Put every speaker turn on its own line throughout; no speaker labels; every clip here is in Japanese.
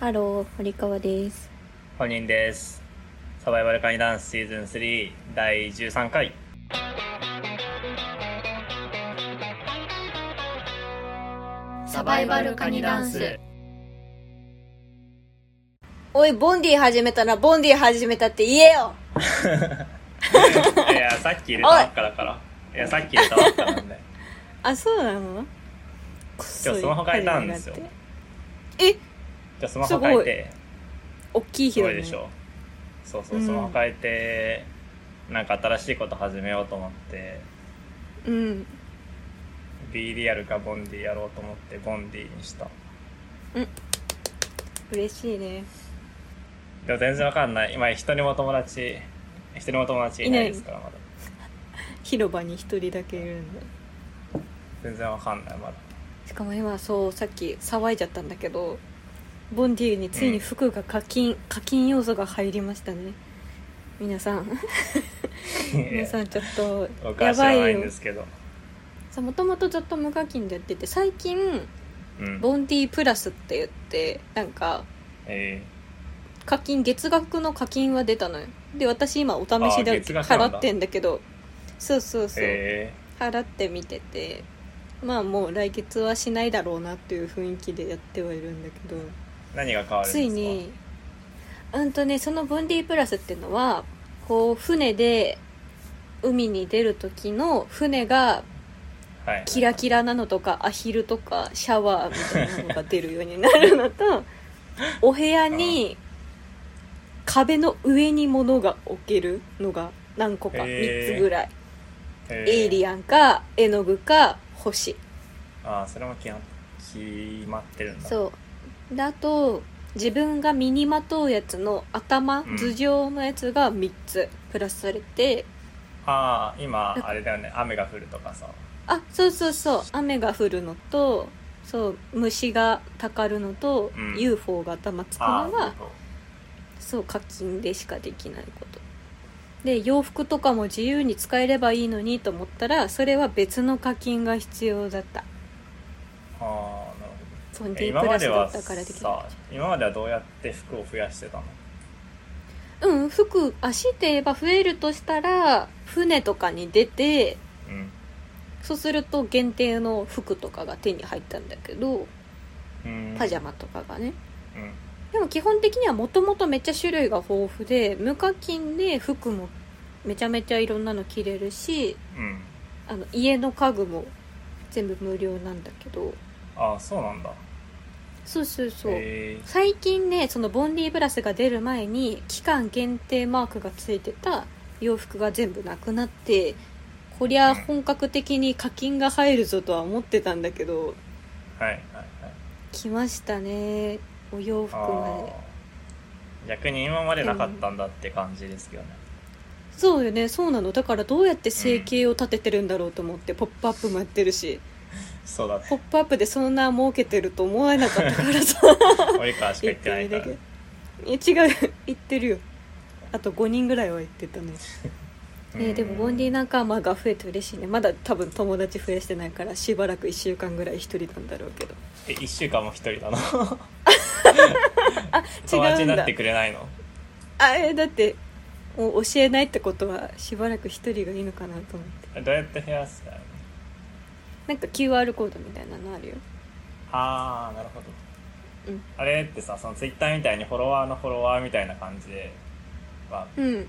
ハロー、堀川です。
本人ですサバイバルカニダンスシーズン3第13回
サバイバルカニダンスおい、ボンディ始めたな、ボンディ始めたって言えよ
いやさっき入れたばっかだからいやさっき入れたばっかなんで
あ、そうなのこっそ
今日スマホ変えたんですよ
やりやがってえ、
じゃあスマホ変えて
大きい
す
広
ご
い、
い
ね、
でしょそうそう
うん
スマホ変えてなんか新しいこと始めようと思って
うん。
B リアルかボンディやろうと思ってボンディにした
嬉しいね。
でも全然わかんない今一人も友達一人も友達いないですからまだ
広場に一人だけいるんで。
全然わかんない まだ
しかも今、そう、さっき騒いじゃったんだけど、ボンディについに服が課金、課金要素が入りましたね。皆さん、皆さんちょっと、
僕は
や
知ら
ば
ないいん
よ
で。すけど、
さもともとずっと無課金でやってて最近
うん、
ボンディプラスって言ってなんか
え
課金月額の課金は出たのよで私今お試し
あ
で
ー月額なんだ
払ってんだけどそうそう
ー
そう、
え
払ってみててまあもう来月はしないだろうなっていう雰囲気でやってはいるんだけど
ー何が変わるんですか
ついにうんとねそのボンディプラスっていうのはこう船で海に出る時の船が
はい、
キラキラなのとかアヒルとかシャワーみたいなのが出るようになるのとお部屋に壁の上に物が置けるのが何個か
へー
3つぐらい、
え
エイリアンか絵の具か星
ああそれも決ま決まってるんだう
そうであと自分が身にまとうやつの頭、
うん
頭上のやつが3つプラスされて
ああ今あれだよね雨が降るとかさ
あそうそうそう雨が降るのとそう虫がたかるのと、
うん
UFO が頭つく
あ
の
あ
がそう課金でしかできないことで洋服とかも自由に使えればいいのにと思ったらそれは別の課金が必要だった
ああなる
そう
ほど
D
え
プ
今
ラ
ま
ス
で
だ
は
ったからできな
さ今まではどうやって服を増やしてたの
いうん服足で言えば増えるとしたら船とかに出て
うん
そうすると限定の服とかが手に入ったんだけど
うん
パジャ
マ
マとかがね
うん
でも基本的にはもともとめっちゃ種類が豊富で無課金で服もめちゃめちゃいろんなの着れるし
うん
あの家の家具も全部無料なんだけど
ああそうなんだ
そうそうそう、
え
最近ねそのボンディブラスが出る前に期間限定マークがついてた洋服が全部なくなってこりゃ本格的に課金が入るぞとは思ってたんだけど
ー、はいはいはい
来ましたねお洋服ま
あ
で
あ逆に今までなかったんだって感じですけどね
そうよねそうなのだからどうやって生計を立ててるんだろうと思って「ポップアップもやってるし
そうだ
「
ね
ポップアップでそんな儲けてると思わなかったからさ
森川しか言ってないから
言ってないだけえ違う言ってるよあと5人ぐらいは言ってたね、 えでもボンディ
な
仲間が増えて嬉しいねまだ多分友達増やしてないからしばらく1週間ぐらい一人なんだろうけど
え1週間も一人だな
違う
友
んだ
達になってくれないの
あえだってもう教えないってことはしばらく一人がいいのかなと思って
えどうやって増やすの
なんか QR コードみたいなのあるよ
ああなるほど、
うん
あれってさそのツイッターみたいにフォロワーのフォロワーみたいな感じでは
うん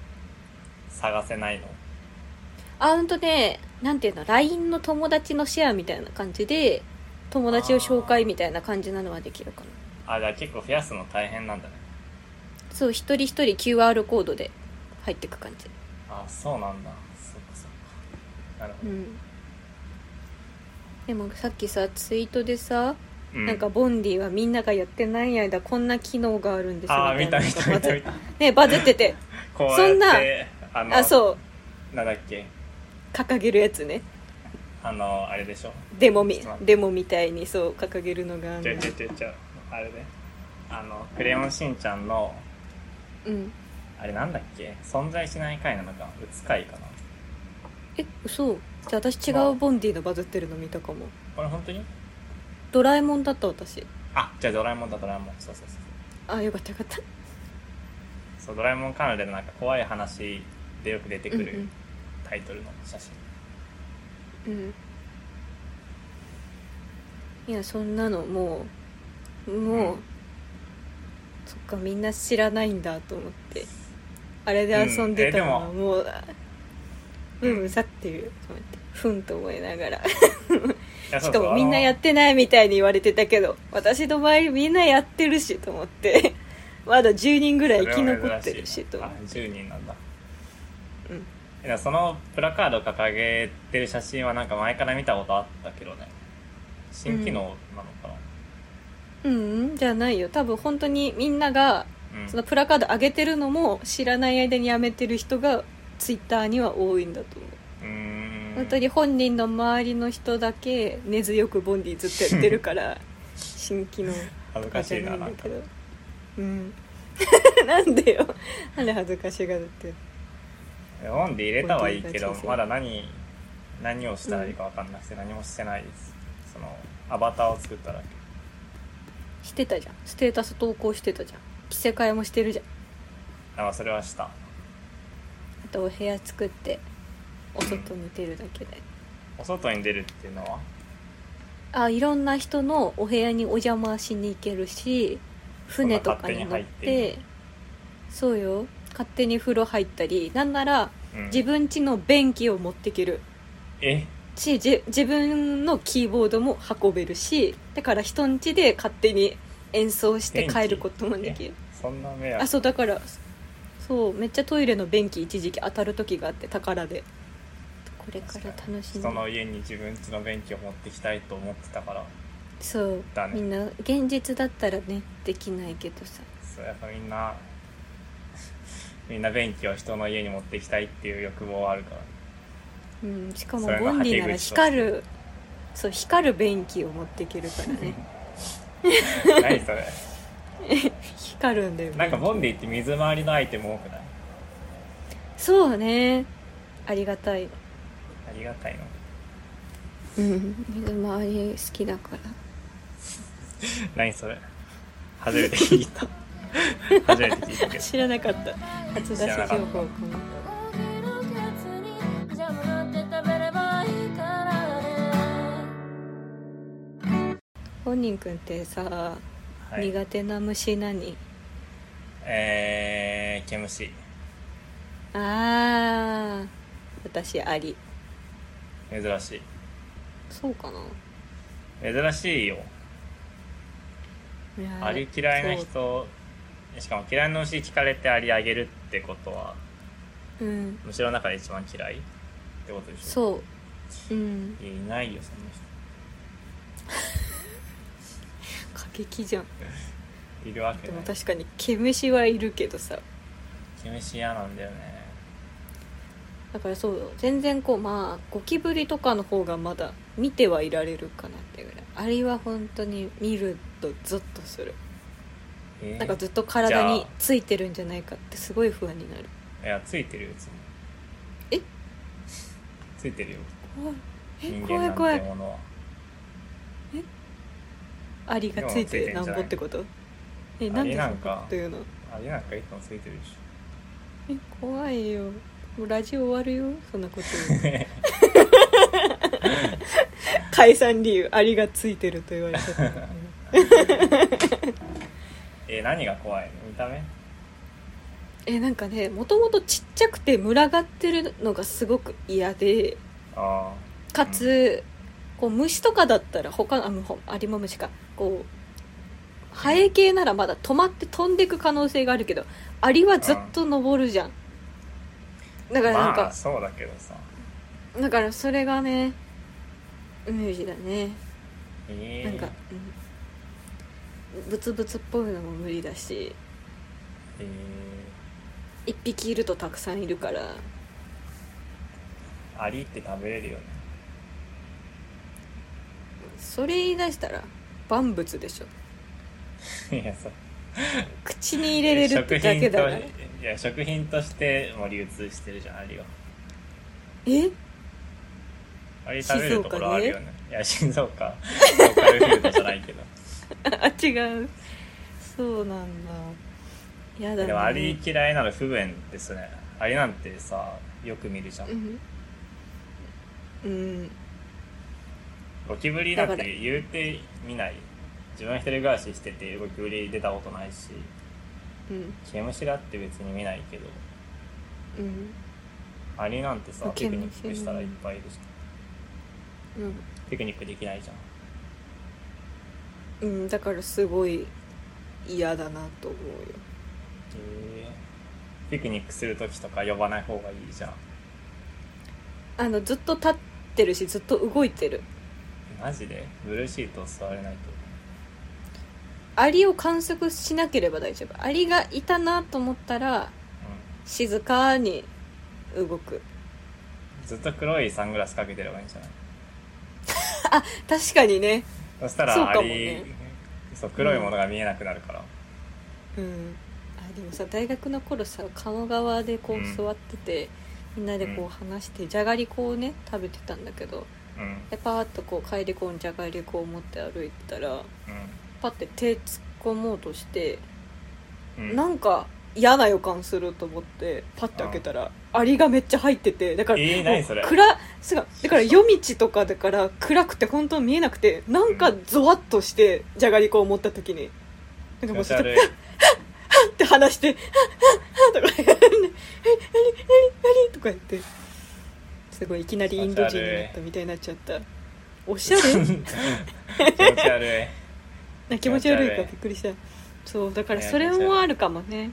探せないの
あほんとねなんていうの LINE の友達のシェアみたいな感じで友達を紹介みたいな感じなのはできるかな
あじゃあ結構増やすの大変なんだね
そう一人一人 QR コードで入ってく感じ
ああそうなんだそっかそっかなるほ
う
ど、
んでもさっきさツイートでさ、
う
なんかボンディはみんながやってない間こんな機能があるんですよ
ああ見た見
い
た
な
見
のが
た
バズ
見た
ねバズってて
こうやって
そんな
あの
あそう
なんだっけ
掲げるやつね
あのあれでしょ
デモ
ちょ
み
っと待って
デモみたいにそう掲げるのがあ
ちょ
る
いちょいちょいちょいあれであの「クレヨンしんちゃん」の
うん
あれなんだっけ存在しない回なのか打つ回かな
え嘘じゃあ私違
まあ
うボンディのバズってるの見たかも
これ本当に
ドラえもんだった私
あじゃあドラえもんだドラえもんそうそうそう
あよかったよかった
そうドラえもん関連のなんか怖い話でよく出てく
うんう
る
ん
タイトルの写真、
うんいやそんなのもうもう、
うん
そっかみんな知らないんだと思ってあれで遊んでたのは
う
もう、ブーム去ってると思ってふんと思いながら
いやそ
し
う
か
そう
もみんなやってないみたいに言われてたけど私の周りみんなやってるしと思って まだ10人ぐら
あ
い
の
生き残ってるしと思
あ
っ
10人なんだ
て、うん、
いやそのプラカード掲げてる写真はなんか前から見たことあったけどね新機能なのかな、
うんうんじゃないよ多分本当にみんなが
うん
そのプラカード上げてるのも知らない間にやめてる人がツイッターには多いんだと思
う
う、
ーん
本当に本人の周りの人だけ根強くボンディずっとやってるから 新機能
恥
と
ず
か
か
じ
し
ゃ
い
な
ない
ん
な
だ
んか
けどうん なんでよなんで恥ずかしがるって
オンで入れたはいいけ
ボ
ど
ディが小さい
まだ何何をしたらいいか分かんなくて、何もしてないですそのアバターを作っただけ
してたじゃんステータス投稿してたじゃん着せ替えもしてるじゃん
あまあそれはした
あとお部屋作ってお外に出るだけで
お外に出るっていうのは
あいろんな人のお部屋にお邪魔しに行けるし船とか
そんな勝
に乗っ
手に入って
そうよ勝手に風呂入ったりなんなら
うん
自分家の便器を持ってける
え
しじ自分のキーボードも運べるしだから人ん家で勝手に演奏して帰ることもできる
そんな迷惑
あそうだからそうめっちゃトイレの便器一時期当たる時があって宝でこれから楽しみ
人の家に自分家の便器を持ってきたいと思ってたから
そう
だね
みんな現実だったらねできないけどさ
そうやっぱみんなみんな便器を人の家に持ってきたいっていう欲望はあるから
うん、しかも
それが
ボンディなら
吐き口として
光るそう光る便器を持っていけるから ね
何それ
光るんだよ
なん
ね
かボンディって水回りのアイテム多くない
そうねありがたい
ありがたいの
うん水回り好きだから
何それ初めて聞いた 初めて聞いたけど
知らなかった初出し
知らなか
情
った
報かな
お昼のやつにジャムなんて食べればいいからね
本人くんってさ、
はい
苦手な虫何
えー、毛虫
あー私アリ
珍しい
そうかな
珍しいよ
いやー
アリ嫌いな
そ
人しかも嫌いな虫聞かれてアリあげるってことは
ううん
虫の中で一番嫌いってことでしょ
そううん
いやいないよそんな人
過激じゃん
いるわけ
で
な
も
い
確かに毛虫はいるけどさ
毛虫嫌なんだよね
だからそうよ全然こうまあゴキブリとかの方がまだ見てはいられるかなっていうぐらいあれは本当に見るとゾッとする
えー
なんかずっと体
じ
に
ゃ
ついてるんじゃないかってすごい不安になる
いやついてるよいつも
え
ついてるよ
怖いえ
人間
怖
ないん
怖
て
い
ものは
アリがついて
でもついてん
なん
じゃない
ぼってことえなんで
アリ
そ
なんん
なこ
か
と言うの
あれなんかいつもついてるでし
え怖いよもうラジオ終わるよそんなこと言うの 解散理由アリがついてると言われちゃったからね
ょえー何が怖いの見た目
えなんかねもともとちっちゃくて群がってるのがすごく嫌で
あ
かつ、こう虫とかだったら他のあほアリも虫かこうハエ系ならまだ止まって飛んでいく可能性があるけどアリはずっと登るじゃんだ
あ
からなんか、
まあそうだけどさ
だからそれがね無理だね
えー
なんか、うん、ブツブツっぽいのも無理だし
え
一匹いるとたくさんいるから
ーアリって食べれるよね
それ言い出したら万物でしょ
いやそう
口に入れれるってだけだから
食品といや食品としても流通してるじゃんアリは
え
アリ食べるところあるよねいや静岡ローカルフードじゃないけど
あ違うそうなんだやだ、ね、
でもアリ嫌いなら不便ですねアリなんてさよく見るじゃん、
うん、うん、
ゴキブリなん
だか
て言うて見ない自分一人暮らししててゴキブリ出たことないし
うん
毛虫だって別に見ないけど
うん
アリなんてさ
毛
ピ
虫
クニックしたらいっぱいいるじゃ
うん
んピクニックできないじゃん
うん、だからすごい嫌だなと思うよ
へーピクニックする時とか呼ばない方がいいじゃん
あのずっと立ってるしずっと動いてる
マジでブルーシートを座れないと
アリを観測しなければ大丈夫アリがいたなと思ったら
う
静かに動く
んずっと黒いサングラスかけてればいいんじゃない
確かにね
そした
そう
ら
か
ア
も
リ
ね
そう黒いものが見えなくなるから、
うんあでもさ大学の頃さ鴨川でこ
う
うん座ってて、みんなでこ
う
うん話してじゃがりこをね食べてたんだけど
うんうん
でパーッとこう帰りこんじゃがりこを持って歩いてたらパッて手突っ込もうとして
うん
なんか嫌な予感すると思ってパッて開けたらアリがめっちゃ入っててだから、
えー
もう
何それ
暗すがだから夜道とかだから暗くて本当に見えなくてなんかゾワッとしてじゃがりこを持った時に
気
なんかもう
持ち
そして
悪い
って話して「はっはっは」とか「え何何何何?」とか言ってすごいいきなりインド人になったみたいになっちゃったおしゃれ
気持ち悪い
な気持ち悪い
気持ち悪
か
い
びっくりしたそうだから
ね
それもあるかもね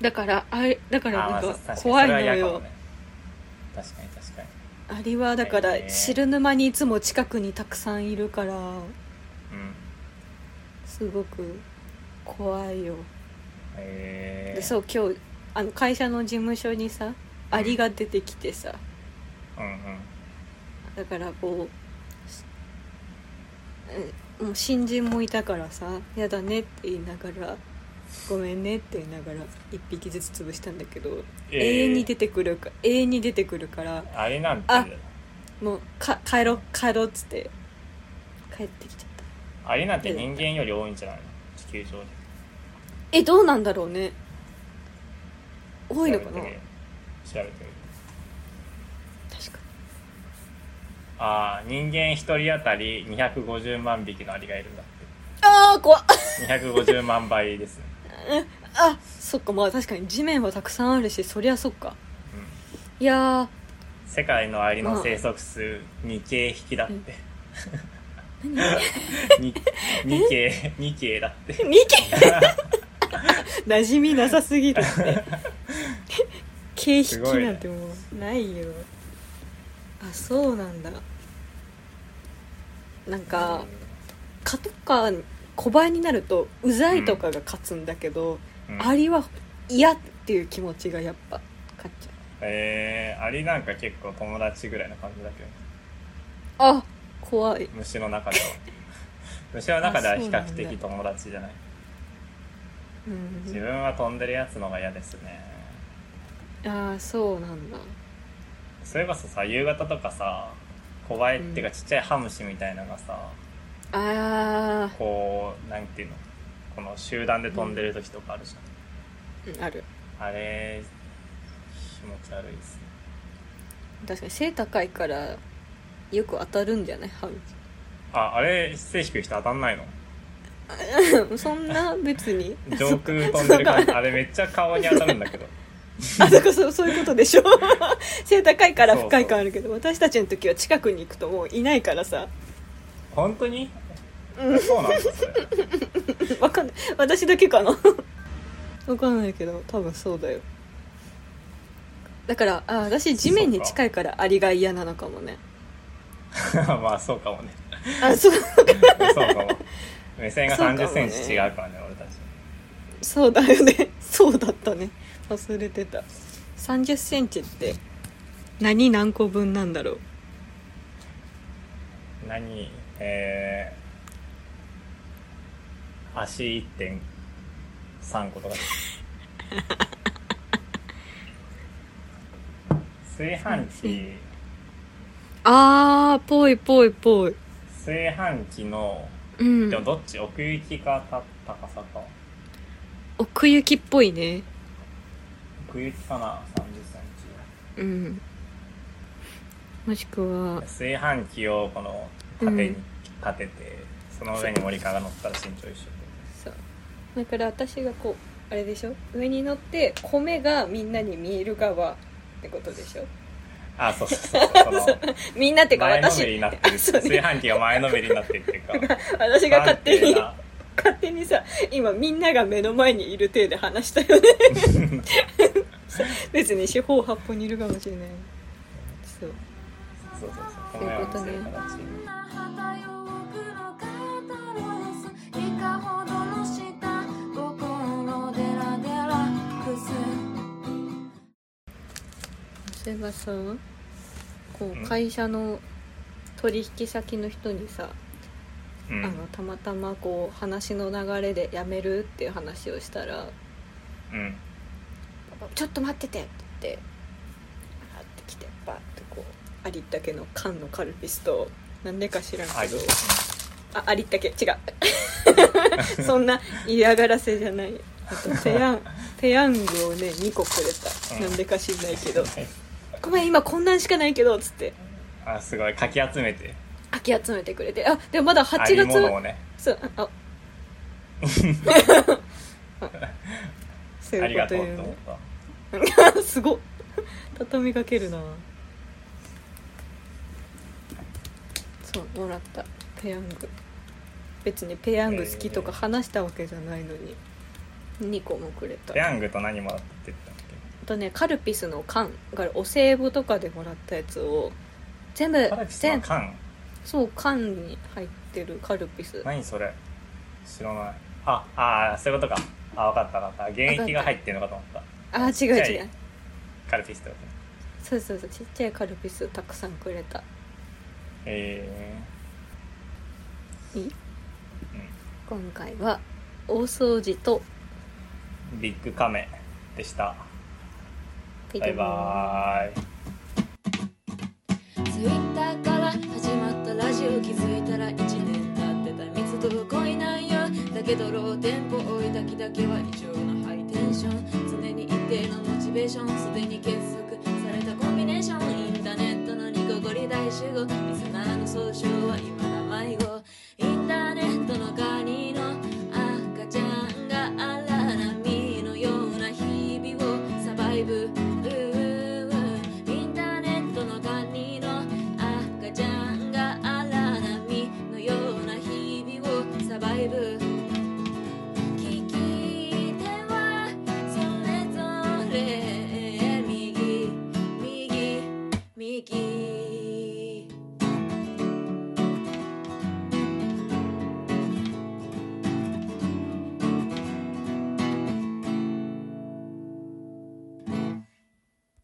だからあれだからな
あ
ん
ーまあ
か
確かに
怖いの
それは嫌かも
よ
ね確かに確かに
アリはだから
えー
知る沼にいつも近くにたくさんいるから
うん
すごく怖いよ
へえ
でそう今日あの会社の事務所にさアリが出てきてさ
うんうん
だからこううんもう新人もいたからさ「やだね」って言いながら「ごめんね」って言いながら1匹ずつ潰したんだけど、
えー
永遠に出てくるか永遠に出てくるから
あれなんて
あもうか帰ろう帰ろうっつって帰ってきちゃった
あれなんて人間より多いんじゃないの地球上に
えどうなんだろうね多いのかな
調べてみる調べてみる
確か
ああ人間一人当たり250万匹のアリがいるんだっ
にああ怖って
250万倍ですね、
あそっかまあ確かに地面はたくさんあるしそりゃそっか
うん、
いや
世界のアリの生息数2系引きだって、に2系2系だって
ーミケ馴染みなさすぎるって景
す
引
ごいね
なんてもうないよあそうなんだなんか蚊とか小バエになるとうざいとかが勝つんだけど、
うん
アリは嫌っていう気持ちがやっぱ勝っちゃう
えー、アリなんか結構友達ぐらいの感じだけど
あ怖い
虫の中で は虫の中では比較
あそうなん
的友達じゃない
うん
自分は飛んでるやつのが嫌ですね
ああそうなんだ
それこそさ夕方とかさ小バエっていうかちっちゃいハムシみたいなのがさ、
あ
こうなんていうのこの集団で飛んでる時とかあるじゃ
ーある
ん、あれ気持ち悪いですね
確かに背高いからよく当たるんじゃないハウ
ああれ背低い人当たんない の
ス そんな別 に
上空飛んでる感じあれめっちゃ顔に当たるんだけど
あだからそうそういうことでしょ 背高いから不快感あるけど私たちの時は近くに行くともういないからさ
本当にそうなんだそれ
わかんない私だけかな わかんないけど多分そうだよだからあ私地面に近いからアリが嫌なのかも ね
まあそうかもね
あそう
そうかも目線が3 0ンチ違うからね俺たち
そうだよねそうだったね忘れてた3 0ンチって何何個分なんだろう
何えー、足1.3個と かです炊飯器
あーぽいぽいぽい
炊飯器の
うん
でもどっち奥行きかた高さか
奥行きっぽいね
奥行きかな3 0セン
うんもしくは
チ炊飯器をこの縦に立てて、その上に森川が乗ったら身長一緒
そうだから私がこうあれでしょ上に乗って米がみんなに見える側ってことでしょ
あそうそうそうそうこ
みんな って
の
か
前の
私
めりになってる
あそう
炊
ね
飯器が前のめりになってるっていうか
私が勝手に
不安
勝手にさ今みんなが目の前にいる体で話したよね
定な
別に四方八方にいるかもしれないそう
そうそうそう
そういうことね
このような形
「旗よくの肩の椅子」「いかほどの下」「心でらでらくす」
そういえばさこ
うん
う会社の取引先の人にさ、
う
あ
ん
のたまたまこう話の流れで辞めるっていう話をしたら
うん
「ちょっと待ってて」って言ってあってきてバーってこうありったけの缶のカルピスとなんでか知らん
は
け
い
ど、あありったけ違う そんな嫌がらせじゃないあとペヤンペヤングをね2個くれた
うん
なんでか知んないけど「ごめん今こんなんしかないけど」っつって
あすごいかき集めて
かき集めてくれてあでもまだ8
あり
月
ものをね
そうああそう
あ
い
り
うこ
が
と
とう
言う
と思っ
ね
た
すごっ畳みかけるなそうもらったペヤング別にペヤング好きとか話したわけじゃないのに2個もくれた
ペヤングと何もらってったんだっけ
あとねカルピスの缶がお歳暮とかでもらったやつを全部
カルピスの
全
缶
そう缶に入ってるカルピス
何それ知らないああーそういうことかあ分かった分かった原液が入ってるのかと思った
あ違う
ちっち
違
ゃいうカルピスってことね
そうそうそうちっちゃいカルピスたくさんくれた
え
いい
ー
今回は大掃除と
うん、ビッグカメでした
ピ
バイバーイ
ツイッターから始まったラジオ気づいたら1年経ってた密度が濃いなんよだけどローテンポ追いだきだけは異常なハイテンション常に一定のモチベーションすでに結束されたコンビネーションインターネットのニコゴリ大集合リスナーの総称は今